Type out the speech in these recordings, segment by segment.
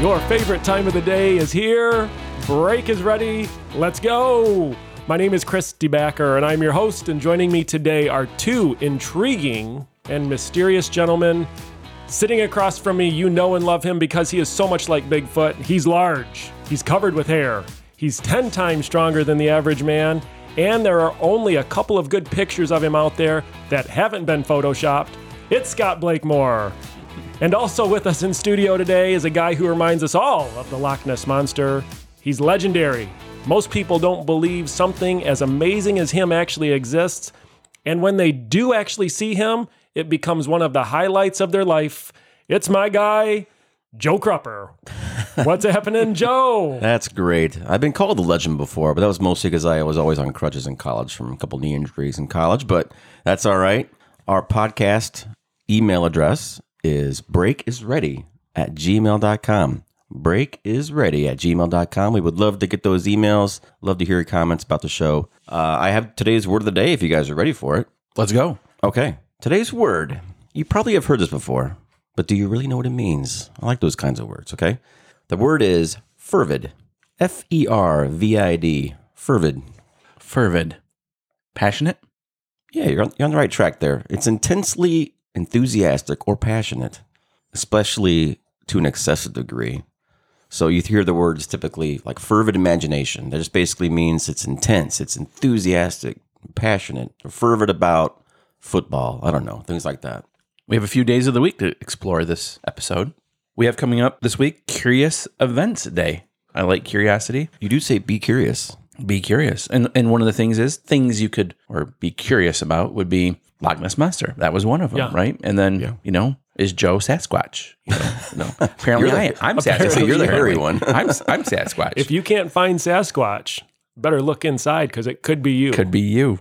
Your favorite time of the day is here. Break is ready. Let's go. My name is Chris DeBacker, and I'm your host. And joining me today are two intriguing and mysterious gentlemen. Sitting across from me, you know and love him because he is so much like Bigfoot. He's large, he's covered with hair, he's 10 times stronger than the average man, and there are only a couple of good pictures of him out there that haven't been photoshopped. It's Scott Blakemore. And also with us in studio today is a guy who reminds us all of the Loch Ness Monster. He's legendary. Most people don't believe something as amazing as him actually exists. And when they do actually see him, it becomes one of the highlights of their life. It's my guy, Joe Crupper. What's happening, Joe? That's great. I've been called a legend before, but that was mostly because I was always on crutches in college from a couple knee injuries in college, but that's all right. Our podcast email address is breakisready at gmail.com. Break is ready at gmail.com. We would love to get those emails. Love to hear your comments about the show. Uh, I have today's word of the day if you guys are ready for it. Let's go. Okay. Today's word. You probably have heard this before, but do you really know what it means? I like those kinds of words, okay? The word is fervid. F E R V I D. Fervid. Fervid. Passionate? Yeah, you're on, you're on the right track there. It's intensely enthusiastic or passionate, especially to an excessive degree. So you hear the words typically like fervid imagination. That just basically means it's intense, it's enthusiastic, passionate, fervid about football. I don't know, things like that. We have a few days of the week to explore this episode. We have coming up this week Curious Events Day. I like curiosity. You do say be curious. Be curious. And and one of the things is things you could or be curious about would be Loch Ness Monster. That was one of them, Yeah. right? And then, you know, is Joe Sasquatch? You know, no. Apparently You're I the- am. I'm apparently Sasquatch. you're the hairy one. I'm I'm Sasquatch. If you can't find Sasquatch, better look inside because it could be you. could be you.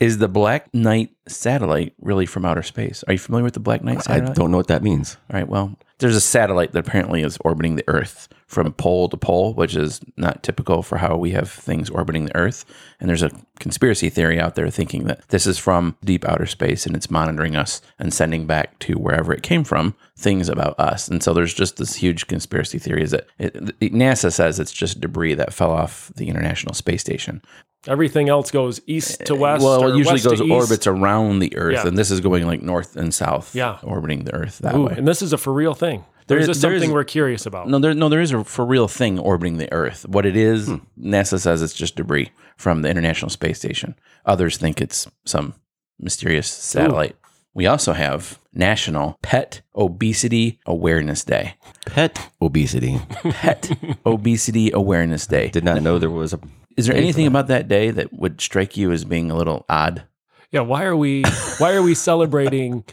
Is the Black Knight satellite really from outer space? Are you familiar with the Black Knight I satellite? don't know what that means. All right. Well, there's a satellite that apparently is orbiting the Earth from pole to pole, which is not typical for how we have things orbiting the Earth. And there's a conspiracy theory out there thinking that this is from deep outer space and it's monitoring us and sending back to wherever it came from things about us. And so there's just this huge conspiracy theory is that it, it- NASA says it's just debris that fell off the International Space Station. Everything else goes east to west. Eh, well, or it usually west goes to east. orbits around the Earth, Yeah. and this is going like north and south, Yeah. orbiting the Earth that Ooh, way. and this is a for real thing. There There's is- just there is- something we're curious about. No, there no there is a for real thing orbiting the Earth. What it is, NASA says it's just debris from the International Space Station. Others think it's some mysterious satellite. We also have National Pet Obesity Awareness Day. Pet obesity. Pet Obesity Awareness Day. Did not know there was a. Is there anything about that day that would strike you as being a little odd? Yeah, why are we why are we celebrating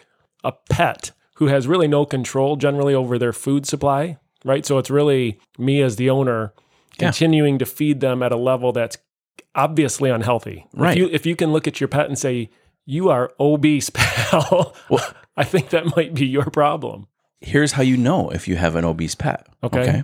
a pet who has really no control generally over their food supply, right? So it's really me as the owner Yeah. continuing to feed them at a level that's obviously unhealthy. If Right. you if you can look at your pet and say you are obese, pal, I think that might be your problem. Here's how you know if you have an obese pet. Okay.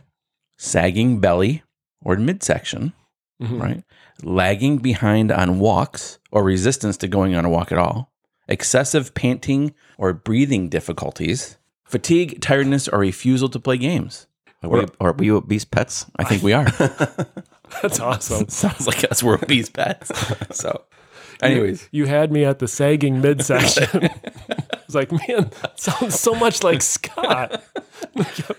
Sagging belly or midsection. Mhm. right? Lagging behind on walks or resistance to going on a walk at all, excessive panting or breathing difficulties, fatigue, tiredness, or refusal to play games. Are we, are we obese pets? I think we are. That's awesome. Sounds like us. We're obese pets. So, anyways, You had me at the sagging midsection. I was like, man, that sounds so much like Scott.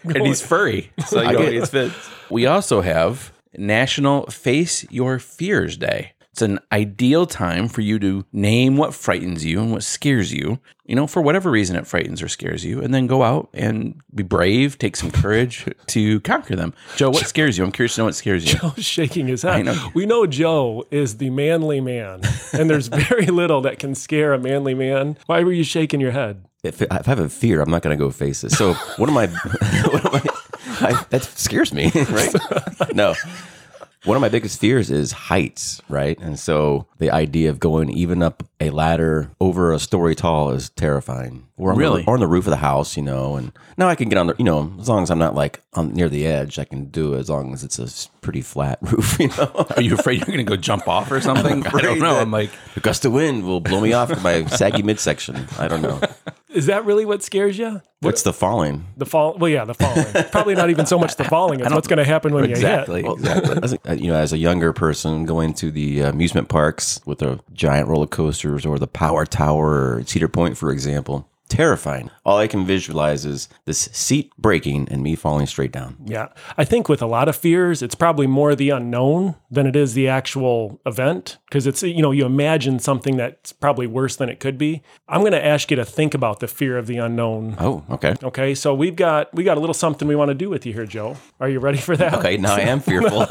and he's furry. So you know, it's fits. We also have National Face Your Fears Day. It's an ideal time for you to name what frightens you and what scares you. You know, for whatever reason it frightens or scares you, and then go out and be brave, take some courage to conquer them. Joe, what scares you? I'm curious to know what scares you. Joe's shaking his head. know. We know Joe is the manly man, and there's very little that can scare a manly man. Why were you shaking your head? If, if I have a fear, I'm not going to go face it. So what am I? What am I, I that scares me, right? no. One of my biggest fears is heights, right? And so the idea of going even up a ladder over a story tall is terrifying. Or on Really? the, or on the roof of the house, you know. And now I can get on the, you know, as long as I'm not like on near the edge, I can do it. As long as it's a s- pretty flat roof, you know. Are you afraid you're going to go jump off or something? I don't afraid know. that- I'm like, A gust of wind will blow me off my saggy midsection. I don't know. Is that really what scares you? What's the falling? The fall. Well, yeah, the falling. It's Probably not even so much the falling. It's what's going to happen when you Well, as a- you know, as a younger person going to the amusement parks with the giant roller coasters or the Power Tower or Cedar Point, for example, terrifying. All I can visualize is this seat breaking and me falling straight down. hit. Yeah, I think with a lot of fears, it's probably more the unknown than it is the actual event because it's you know you imagine something that's probably worse than it could be. I'm going to ask you to think about the fear of the unknown. Oh, okay. Okay, so we've got we got a little something we want to do with you here, Joe. Are you ready for that? Okay, now I am fearful.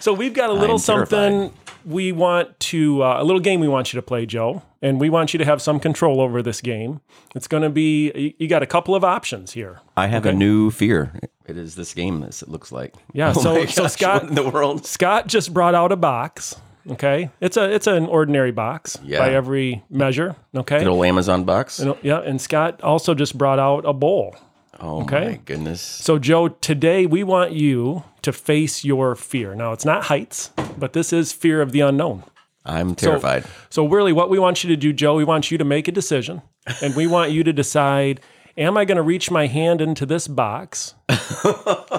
So we've got a little I'm terrified. something we want to uh, a little game we want you to play, Joe, and we want you to have some control over this game. It's going to be you, you got a couple of options here. I have a new fear. It is this game, this it looks like. Yeah, so- Oh my so Scott- what in the world. Scott just brought out a box. Okay, it's a it's an ordinary box Yeah. by every measure. Okay, Little Amazon box. No, yeah, and Scott also just brought out a bowl. Oh my okay. goodness. So Joe, today we want you to face your fear. Now it's not heights, but this is fear of the unknown. I'm terrified. So really what we want you to do, Joe, we want you to make a decision and we want you to decide am I going to reach my hand into this box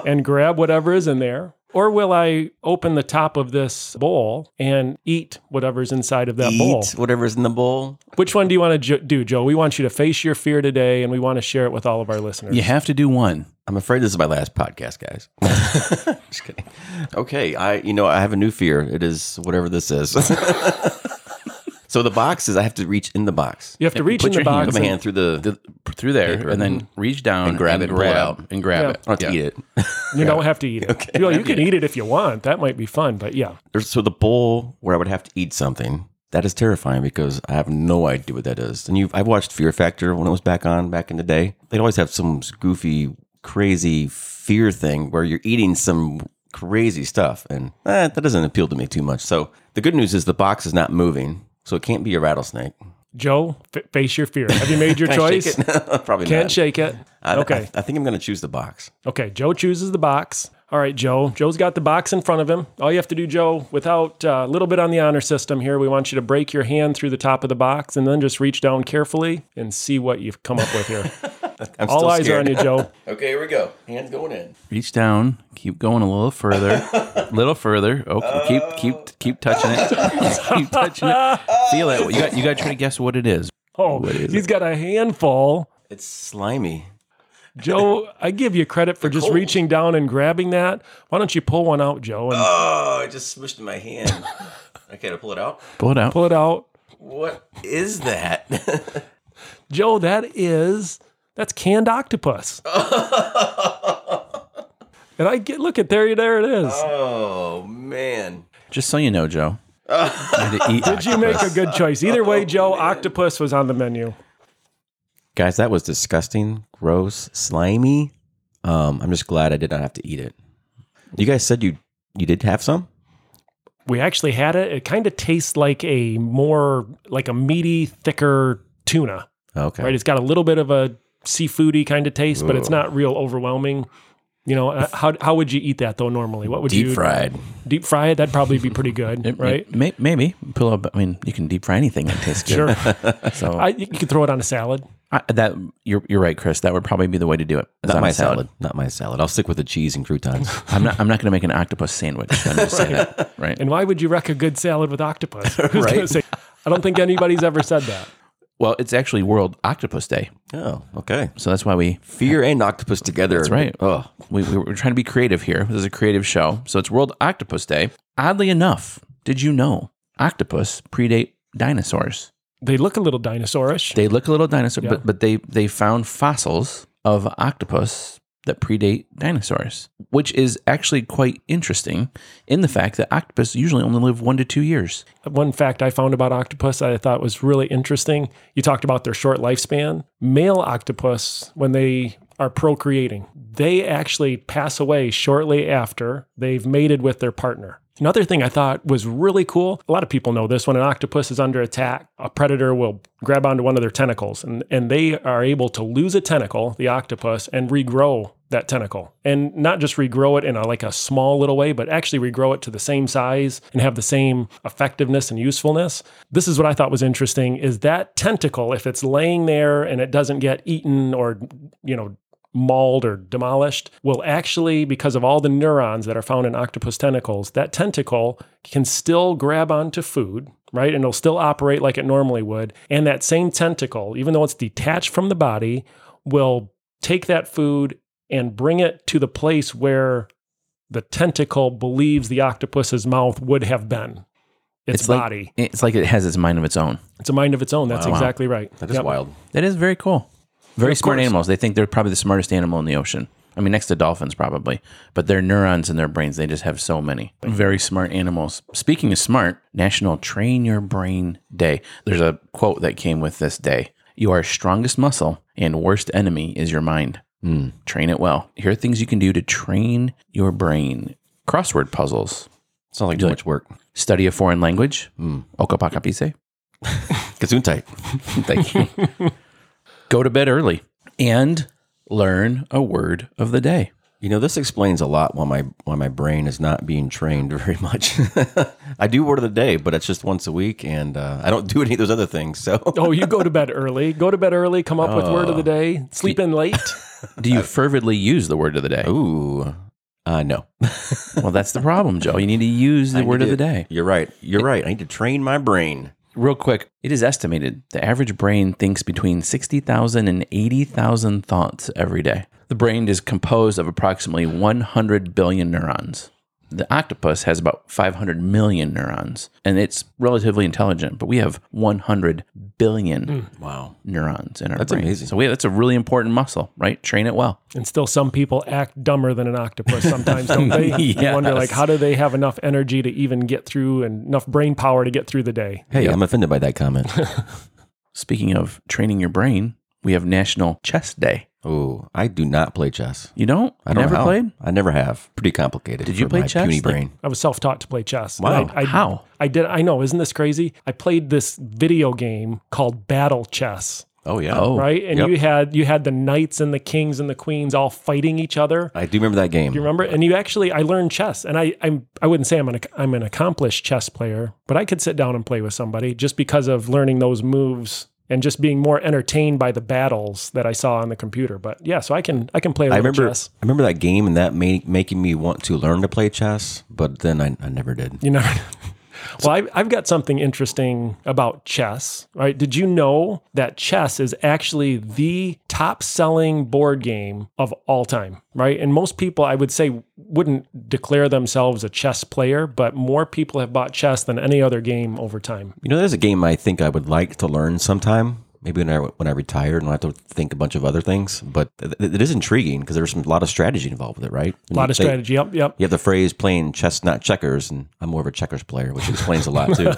and grab whatever is in there or will I open the top of this bowl and eat whatever's inside of that bowl? Eat whatever's in the bowl. Which one do you want to jo- do, Joe? We want you to face your fear today and we want to share it with all of our listeners. You have to do one. I'm afraid this is my last podcast, guys. Just kidding. Okay, I you know I have a new fear. It is whatever this is. so the box is I have to reach in the box. You have to reach put in the your hand- box. Put my and- hand through the. Th- through there, and then reach down and grab it and pull it grab out. and grab Yeah. it. I don't have oh, to eat it. You don't have to eat it. Okay. Well, you can eat it if you want. That might be fun, but yeah. There's, so the bowl where I would have to eat something that is terrifying because I have no idea what that is. And you, I watched Fear Factor when it was back on back in the day. They'd always have some goofy, crazy fear thing where you're eating some crazy stuff, and eh, that doesn't appeal to me too much. So the good news is the box is not moving, so it can't be a rattlesnake. Joe, f- face your fear. Have you made your Can I shake choice? it? Probably Can't not. shake it. I, okay. I, I think I'm going to choose the box. Okay. Joe chooses the box. All right, Joe. Joe's got the box in front of him. All you have to do, Joe, without uh, a little bit on the honor system here, we want you to break your hand through the top of the box and then just reach down carefully and see what you've come up with here. I'm All still eyes are scared. on you, Joe. Okay, here we go. Hands going in. Reach down, keep going a little further, a little further. Oh, keep keep keep touching it, keep touching it. Feel it. You got you got to try to guess what it is. Oh, is he's got a handful. It's slimy. Joe, I give you credit for just cold. reaching down and grabbing that. Why don't you pull one out, Joe, and Oh, I just smushed in my hand. okay, to pull it out. Pull it out. pull it out? What is that? Joe, that is that's canned octopus. and I get look at there you there it is. oh man. Just so you know, Joe. you had to eat Did you make a good choice? Either way, Joe, octopus was on the menu. Guys, that was disgusting, gross, slimy. Um, I'm just glad I did not have to eat it. You guys said you you did have some? We actually had it. It kind of tastes like a more like a meaty, thicker tuna. Okay. Right? It's got a little bit of a seafoody kind of taste, but it's not real overwhelming. You know, uh, how how would you eat that though normally? What would you Deep fried. Deep fry it, that'd probably be pretty good, right? May, maybe pull up. I mean, you can deep fry anything and taste good. Sure. So I, you could throw it on a salad. I, that you're you're right, Chris. That would probably be the way to do it. is Not on my a salad. Not my salad. I'll stick with the cheese and croutons. I'm not. I'm not going to make an octopus sandwich. I'm just saying that, right? And why would you wreck a good salad with octopus? Who's gonna say? I don't think anybody's ever said that. Well, it's actually World Octopus Day, oh, okay. so that's why we Fear and octopus together. That's right. Oh, we, we we're trying to be creative here. This is a creative show, so it's World Octopus Day. Oddly enough, did you know octopus predate dinosaurs? They look a little dinosaurish. They look a little dinosaur, Yeah. but but they they found fossils of octopus that predate dinosaurs, which is actually quite interesting in the fact that octopus usually only live one to two years. One fact I found about octopus that I thought was really interesting. You talked about their short lifespan. Male octopus, when they are procreating, they actually pass away shortly after they've mated with their partner. Another thing I thought was really cool a lot of people know this when an octopus is under attack, a predator will grab onto one of their tentacles and, and they are able to lose a tentacle, the octopus, and regrow that tentacle and not just regrow it in a like a small little way but actually regrow it to the same size and have the same effectiveness and usefulness this is what i thought was interesting is that tentacle if it's laying there and it doesn't get eaten or you know mauled or demolished will actually because of all the neurons that are found in octopus tentacles that tentacle can still grab onto food right and it'll still operate like it normally would and that same tentacle even though it's detached from the body will take that food and bring it to the place where the tentacle believes the octopus's mouth would have been its, It's like- body. It's like it has its mind of its own. it's a mind of its own. That's exactly right. That is Yep. wild. That is very cool. Very Of smart course. animals. They think they're probably the smartest animal in the ocean. I mean, next to dolphins, probably, but their neurons in their brains, they just have so many. Very smart animals. Speaking of smart, National Train Your Brain Day. There's a quote that came with this day Your strongest muscle and worst enemy is your mind. Hmm. Train it well. Here are things you can do to train your brain crossword puzzles, Sounds like too much work. study a foreign language, Hmm. okapakapise. Gesundheit. Thank you. Go to bed early and learn a word of the day. You know, this explains a lot why my why my brain is not being trained very much. I do word of the day, but it's just once a week, and uh, I don't do any of those other things. So Oh, you go to bed early. Go to bed early. Come up with word of the day. Sleep in late. Do you fervidly use the word of the day? Ooh, uh, no. Well, that's the problem, Joe. You need to use the word of the day. You're right. You're right. I need to train my brain. Real quick, it is estimated the average brain thinks between 60,000 and 80,000 thoughts every day. The brain is composed of approximately 100 billion neurons. The octopus has about 500 million neurons, and it's relatively intelligent, but we have 100 billion Wow. neurons in our That's brain. amazing. So we, that's a really important muscle, right? Train it well. And still, some people act dumber than an octopus sometimes, don't they? You wonder, like, Yes. how do they have enough energy to even get through and enough brain power to get through the day? Hey, I'm offended by that comment. Speaking of training your brain, we have National Chess Day. Ooh, I do not play chess. You don't? I don't Never know how. played? I never have. Pretty complicated. Did you for play my chess? Puny Like- brain. I was self-taught to play chess. Wow. I, I, Oh, How? I did. I know. Isn't this crazy? I played this video game called Battle Chess. Oh yeah. Oh. right? And Yep. you had you had the knights and the kings and the queens all fighting each other. I do remember that game. You remember? And you actually, I learned chess, and I I'm, I wouldn't say I'm an ac- I'm an accomplished chess player, but I could sit down and play with somebody just because of learning those moves and just being more entertained by the battles that I saw on the computer. But yeah, so I can I can play a I little remember. chess. I remember that game, and that made making me want to learn to play chess. But then I, I never did. You know. Well, I've, I've got something interesting about chess. Right? Did you know that chess is actually the top selling board game of all time? Right? And most people, I would say, wouldn't declare themselves a chess player, but more people have bought chess than any other game over time. You know, there's a game I think I would like to learn sometime. Maybe when I when I retire and I have to think a bunch of other things. But th- th- it is intriguing because there's some- a lot of strategy involved with it, right? A lot of strategy. Yep, yep. You have the phrase "playing chess, not checkers," and I'm more of a checkers player, which explains a lot too.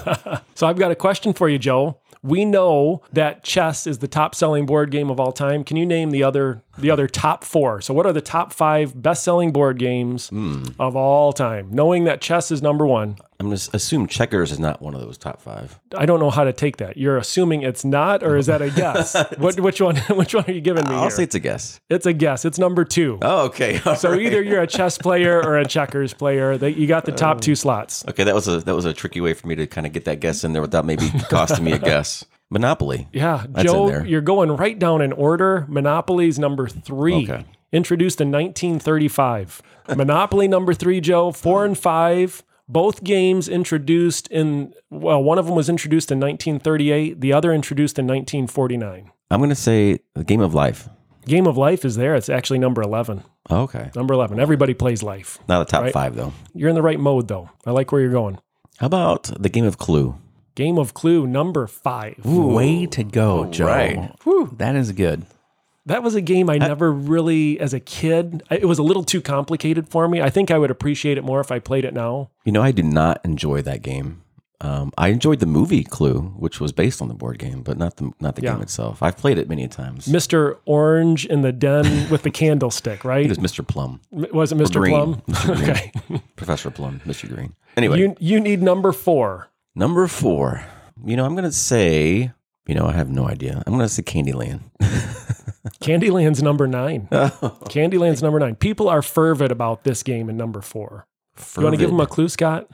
So I've got a question for you, Joe. We know that chess is the top selling board game of all time. Can you name the other the other top four? So what are the top five best selling board games Hmm. of all time? Knowing that chess is number one. I'm going to assume checkers is not one of those top five. I don't know how to take that. You're assuming it's not, or is that a guess? what which one which one are you giving me? I'll here? say it's a guess. it's a guess. It's number two. Oh, okay. so either you're a chess player or a checkers player. That you got the Oh. top two slots. Okay, that was a that was a tricky way for me to kind of get that guess in there without maybe costing me a guess. Monopoly. Yeah, in Joe, there. you're going right down in order. Monopoly's number three, Okay. introduced in 1935. Monopoly number three, Joe, four and five. Both games introduced in, well, one of them was introduced in 1938, the other introduced in 1949. I'm going to say the game of life. Oh, Game of Life is there. It's actually number 11. Okay, Number 11. Everybody plays Life. not a top Right. five though. You're in the right mode, though. I like where you're going. How about the game of Clue? Game of Clue, number five. Way to go, Joe. right. Whew, that is good. That was a game I never really, as a kid, I- it was a little too complicated for me. I think I would appreciate it more if I played it now. You know, I do not enjoy that game. Um, I enjoyed the movie Clue, which was based on the board game, but not the not the Yeah. game itself. I've played it many times. It Mr. Orange in the den with the candlestick, right? was Mr. Plum, M- Was it Mr. Green. Plum? okay. Professor Plum, Mr. Green. Anyway, You you need number four. number four. You know, I'm gonna say. You know, I have no idea. I'm gonna say Candyland. Candyland's number nine. Candyland's number nine. People are fervid about this game in number four. You want to give them a clue, Scott?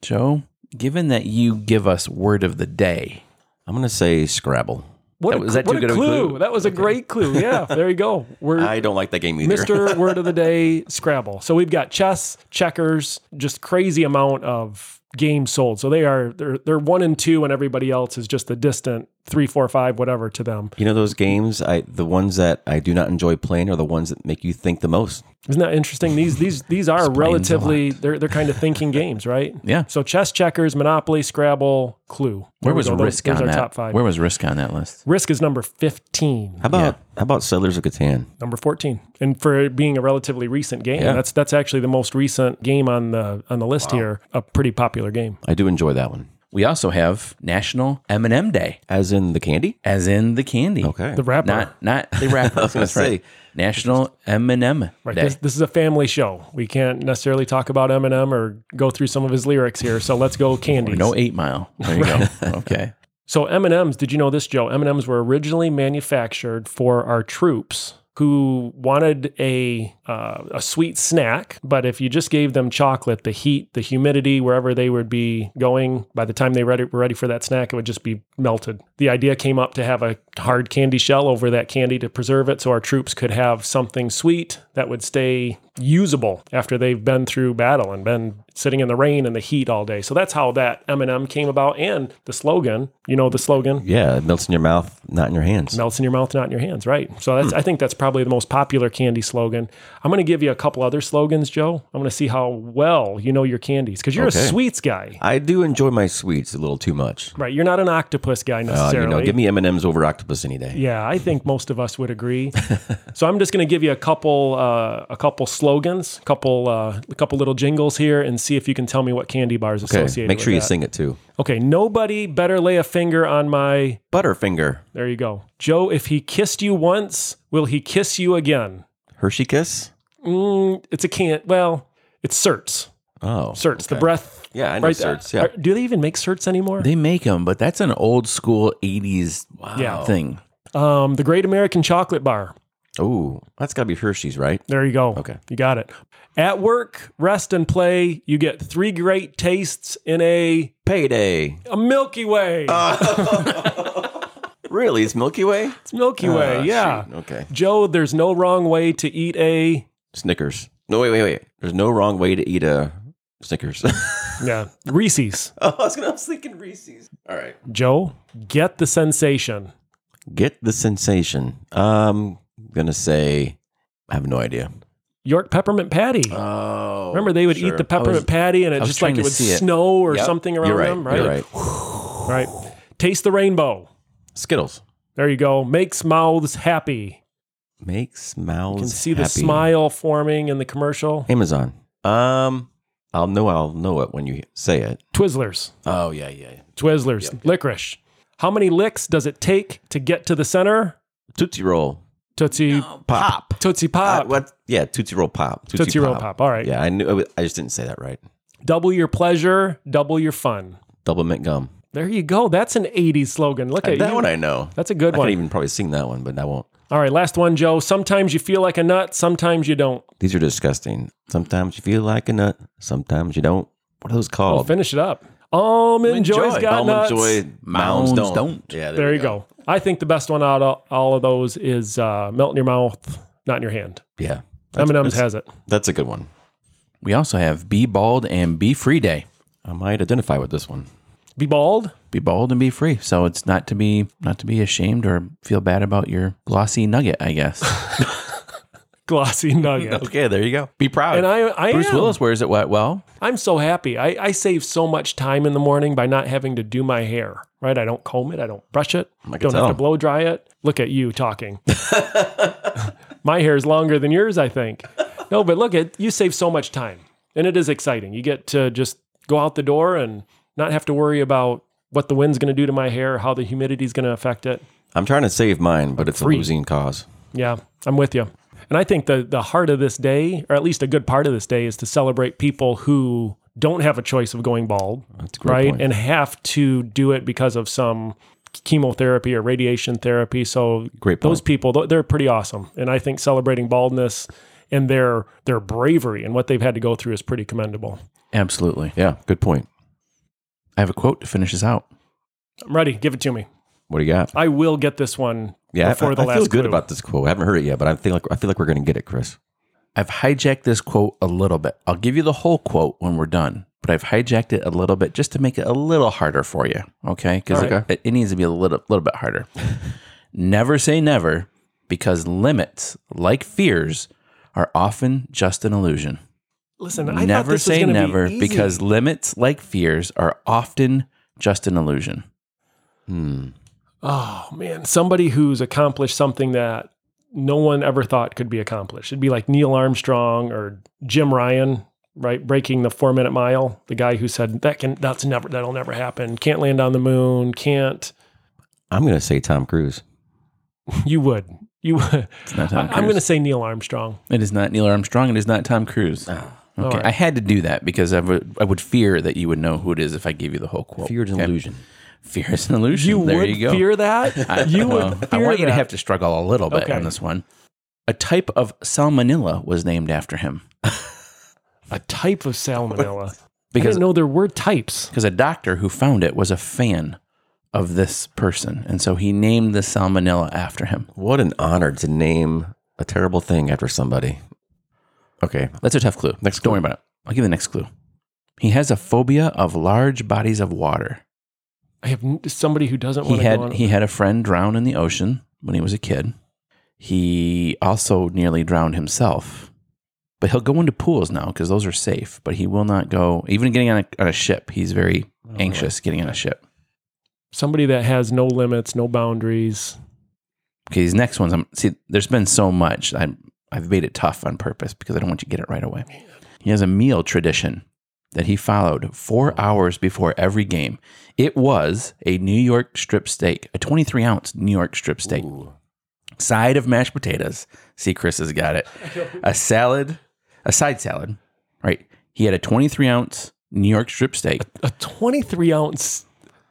Joe, given that you give us word of the day, I'm gonna say Scrabble. What That- a, was that what too a good of a clue. clue? That was a great clue. Yeah, there you go. We're I don't like that game either. Mr. Word of the Day Scrabble. So we've got chess, checkers, just crazy amount of games sold. So they are they're they're one and two, and everybody else is just the distant three, four, five, whatever to them. You know those games? I the ones that I do not enjoy playing are the ones that make you think the most. Isn't that interesting? These these these are relatively they're they're kind of thinking games, right? Yeah. So chess, checkers, Monopoly, Scrabble, Clue. There where we was go. Those- risk those on are that? Top five. Where was risk on that list? Risk is number fifteen, How about how about Settlers of Catan? number fourteen, and for it being a relatively recent game, Yeah. that's that's actually the most recent game on the on the list here. A pretty popular game. I do enjoy that one. We also have National M&M Day, As in the candy? as in the candy. Okay. The rapper. Not not the rapper. I was gonna say. National M&M Right. Day. This, this is a family show. We can't necessarily talk about Eminem or go through some of his lyrics here. So let's go candies. No 8 Mile. There you go. okay. So M&Ms, did you know this, Joe? M&Ms were originally manufactured for our troops who wanted a uh, a sweet snack, but if you just gave them chocolate, the heat, the humidity, wherever they would be going, by the time they ready, were ready for that snack, it would just be melted. The idea came up to have a hard candy shell over that candy to preserve it, so our troops could have something sweet that would stay usable after they've been through battle and been sitting in the rain and the heat all day. So that's how that M&M came about, and the slogan. You know the slogan. Yeah, it melts in your mouth, not in your hands. Melts in your mouth, not in your hands, right? So Hmm. that's, I think that's probably the most popular candy slogan. I'm going to give you a couple other slogans, Joe. I'm going to see how well you know your candies because you're a Okay. sweets guy, I do enjoy my sweets a little too much. right? You're not an octopus guy Uh, you necessarily. know, give me M and M's over octopus any day. yeah, I think most of us would agree. so I'm just going to give you a couple, uh, a couple slogans, a couple, uh, a couple little jingles here, and see if you can tell me what candy bar is Okay, associated. make with sure you that. sing it too. Okay, nobody better lay a finger on my. Butterfinger, There you go, Joe. If he kissed you once, will he kiss you again? Hershey Kiss. Mm, it's a can't. Well, it's certs. Oh, uh, Certs. The breath. Yeah, I know there. certs, yeah. Are- do they even make certs anymore? They make them, but that's an old school 80s Yeah. thing. um, the Great American Chocolate Bar. Oh, that's got to be Hershey's, right? There you go. Okay. you got it. At work, rest and play. You get three great tastes in a Payday. a Milky Way. Really, it's Milky Way. Ah, it's Milky Way. yeah. Okay. Joe, there's no wrong way to eat a. Snickers. No, wait, wait, wait. There's no wrong way to eat a Snickers. Yeah, Reese's. Oh, I was, gonna, I was thinking Reese's. All right. Joe, get the sensation. Get the sensation. Um, I'm gonna say I have no idea. York peppermint patty. Oh, Remember, they would eat the peppermint patty, and it was just like trying it to would see it. snow or Yep. something around You're right. them, right? You're right. All right. Taste the rainbow. Skittles There you go. Makes mouths happy. makes You mouths. can see the happy. smile forming in the commercial. Amazon. Um, I'll know. I'll know it when you say it. Twizzlers. Oh yeah, yeah. Twizzlers. Licorice. How many licks does it take to get to the center? Tootsie roll Tootsie pop. Tootsie Oh, Uh, Pop. what? Yeah, Tootsie roll pop. Tootsie Roll Pop. All right. Yeah, I knew. I just didn't say that right. Double your pleasure, double your fun. Double mint gum. There you go. That's an 80s slogan. Look at That you. one I know. That's a good I one. can even probably sing that one, but I won't. All right, last one, Joe. Sometimes you feel like a nut, sometimes you don't. These are disgusting. Sometimes you feel like a nut. Sometimes you don't. What are those called? Finish it up. Almond Joy's got nuts. Mounds don't. Yeah, There you go. I think the best one out of all of those is uh, melt in your mouth, not in your hand. Yeah, M and M's has it. that's a good one. We also have Be Bald and Be Free Day. I might identify with this one. Be bald. Be bald and be free. So it's not to be not to be ashamed or feel bad about your glossy nugget, I guess. Glossy nugget. Okay, there you go. be proud. And I, I Bruce am. Willis wears it what well. I'm so happy. I, I save so much time in the morning by not having to do my hair. Right? I don't comb it. I don't brush it. I can don't have tell. to blow dry it. Look at you talking. my hair is longer than yours, I think. No, but look at you save so much time, and it is exciting. You get to just go out the door and not have to worry about what the wind's going to do to my hair, how the humidity's going to affect it. I'm trying to save mine, but it's a losing cause. Yeah, I'm with you. And I think the the heart of this day, or at least a good part of this day, is to celebrate people who don't have a choice of going bald, That's a great right? point. And have to do it because of some chemotherapy or radiation therapy. So Great those people, th- they're pretty awesome. And I think celebrating baldness and their their bravery and what they've had to go through is pretty commendable. Absolutely. Yeah, good point. I have a quote to finish this out. I'm ready. Give it to me. What do you got? I will get this one Yeah, I- before I, the I last feel good clue. about this quote. I haven't heard it yet, but I feel like I feel like we're going to get it, Chris. I've hijacked this quote a little bit. I'll give you the whole quote when we're done, but I've hijacked it a little bit just to make it a little harder for you. Okay. Because Alright. it, it needs to be a little, little bit harder. never say never because limits, like fears, are often just an illusion. Listen, I thought never this was say gonna be never easy. because limits, like fears, are often just an illusion. Hmm. Oh man, somebody who's accomplished something that no one ever thought could be accomplished. It'd be like Neil Armstrong or Jim Ryan, right? Breaking the four minute mile. The guy who said that can that's never that'll never happen. Can't land on the moon. Can't. I'm going to say Tom Cruise. You would. You. would. not Tom I- I'm Cruise. going to say Neil Armstrong. It is not Neil Armstrong. It is not Tom Cruise. Ah. Okay, right. I had to do that because I would I would fear that you would know who it is if I gave you the whole quote. Fear is an Okay. illusion. Fear is an illusion. You there would you go. fear that. I, you would. well, I fear want you to that. have to struggle a little bit Okay. on this one. A type of salmonella was named after him a type of salmonella. I because didn't know there were types. because a doctor who found it was a fan of this person, and so he named the salmonella after him. What an honor to name a terrible thing after somebody. Okay, That's a tough clue. Next Don't worry about it. I'll give you the next clue. He has a phobia of large bodies of water. I have n- somebody who doesn't he want to go had on. he had a friend drown in the ocean when he was a kid. He also nearly drowned himself, but he'll go into pools now because those are safe. But he will not go even getting on a, on a ship. He's very Oh, anxious getting on a ship. somebody that has no limits, no boundaries. Okay, these next ones. I'm see. There's been so much. I I've made it tough on purpose because I don't want you to get it right away. He has a meal tradition that he followed four hours before every game. It was a New York strip steak, a 23 ounce New York strip steak. side of mashed potatoes. See, Chris has got it. A salad, a side salad, right? He had a 23 ounce New York strip steak. a 23 ounce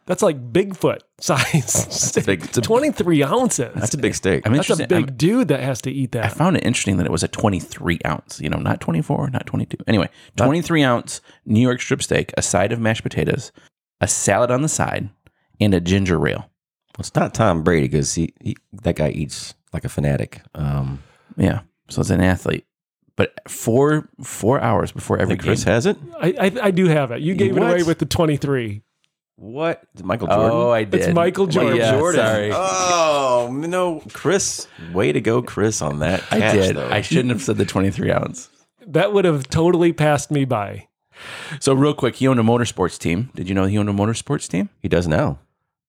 that's like bigfoot size big- it's a- 23 ounces that's, it's a big steak. I'm a interested. big I'm- dude that has to eat I that found it interesting that it was a 23 ounce, you know, not 24, not 22. Anyway, 23 ounce New York strip steak, a side of mashed potatoes, a salad on the side, and a ginger ale. it's not Tom Brady because he, he that guy eats like a fanatic. Um, Yeah. So it's an athlete. But four four hours before I every think Chris game. has it. I, I, I do have it you gave it What? away with the 23 What? Michael Jordan. Oh, I did. It's Michael Jordan. Yeah, Jordan. Sorry. Oh no, Chris! Way to go, Chris, on that. I catch, did. though. I shouldn't have said the 23 ounce. that would have totally passed me by So real quick, he owned a motorsports team. Did you know he owned a motorsports team? he does now.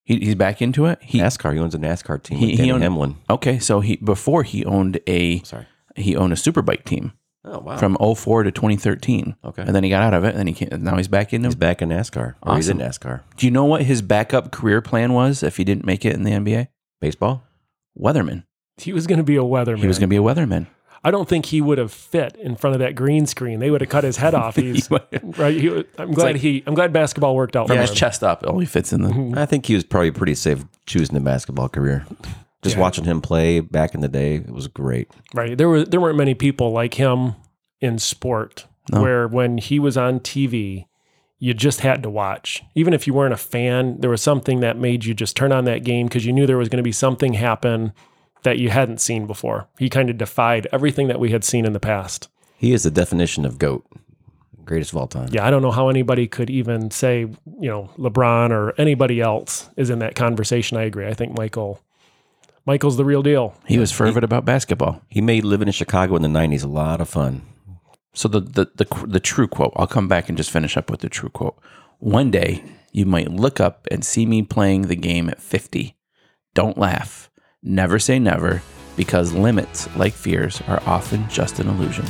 He, he's back into it. He NASCAR. He owns a NASCAR team. He- with he Danny owned- Hamlin. okay. So he before he owned a Sorry. he owned a superbike team Oh wow. from 04 to 2013. Okay. and then he got out of it. And then he can now he's back into. he's back in NASCAR. Or he's in NASCAR. Do you know what his backup career plan was if he didn't make it in the NBA? Baseball. Weatherman. he was going to be a weatherman He was going to be a weatherman. i don't think he would have fit in front of that green screen they would have cut his head off he's right he, was- i'm glad like- he i'm glad basketball worked out From for his him. chest up, it only fits in the. I think he was probably pretty safe choosing a basketball career. Just watching him play back in the day, it was great. Right. There were there weren't many people like him in sport where when he was on TV, you just had to watch. Even if you weren't a fan, there was something that made you just turn on that game because you knew there was going to be something happen that you hadn't seen before. He kind of defied everything that we had seen in the past. He is the definition of goat, greatest of all time. Yeah, I don't know how anybody could even say, you know, LeBron or anybody else is in that conversation. I agree. I think Michael Michael's the real deal. He was fervent about basketball. He made living in Chicago in the '90s a lot of fun. So the, the the qu- the true quote. I'll come back and just finish up with the true quote. One day you might look up and see me playing the game at 50. Don't laugh. Never say never because limits like fears are often just an illusion.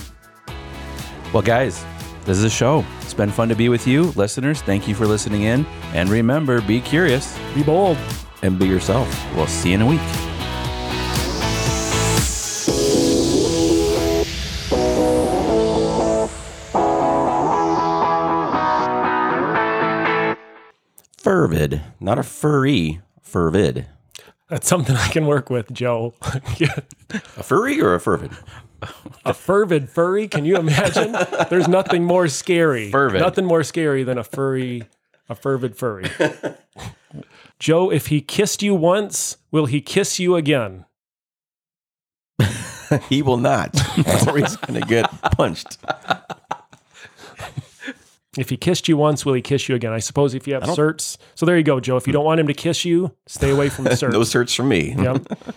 Well guys, this is a show. It's been fun to be with you, listeners. Thank you for listening in. And remember, be curious Be bold. and be yourself. We'll see you in a week. Fervid, not a furry. Fervid. That's something I can work with, Joe. A furry or a fervid? a fervid furry. Can you imagine? There's nothing more scary. Fervid. Nothing more scary than a furry, a fervid furry. Joe, if he kissed you once, will he kiss you again? he will not. or he's going to get punched. If he kissed you once, will he kiss you again? I suppose if you have certs. So there you go, Joe. If you don't want him to kiss you, stay away from the certs. No search for me. Yep.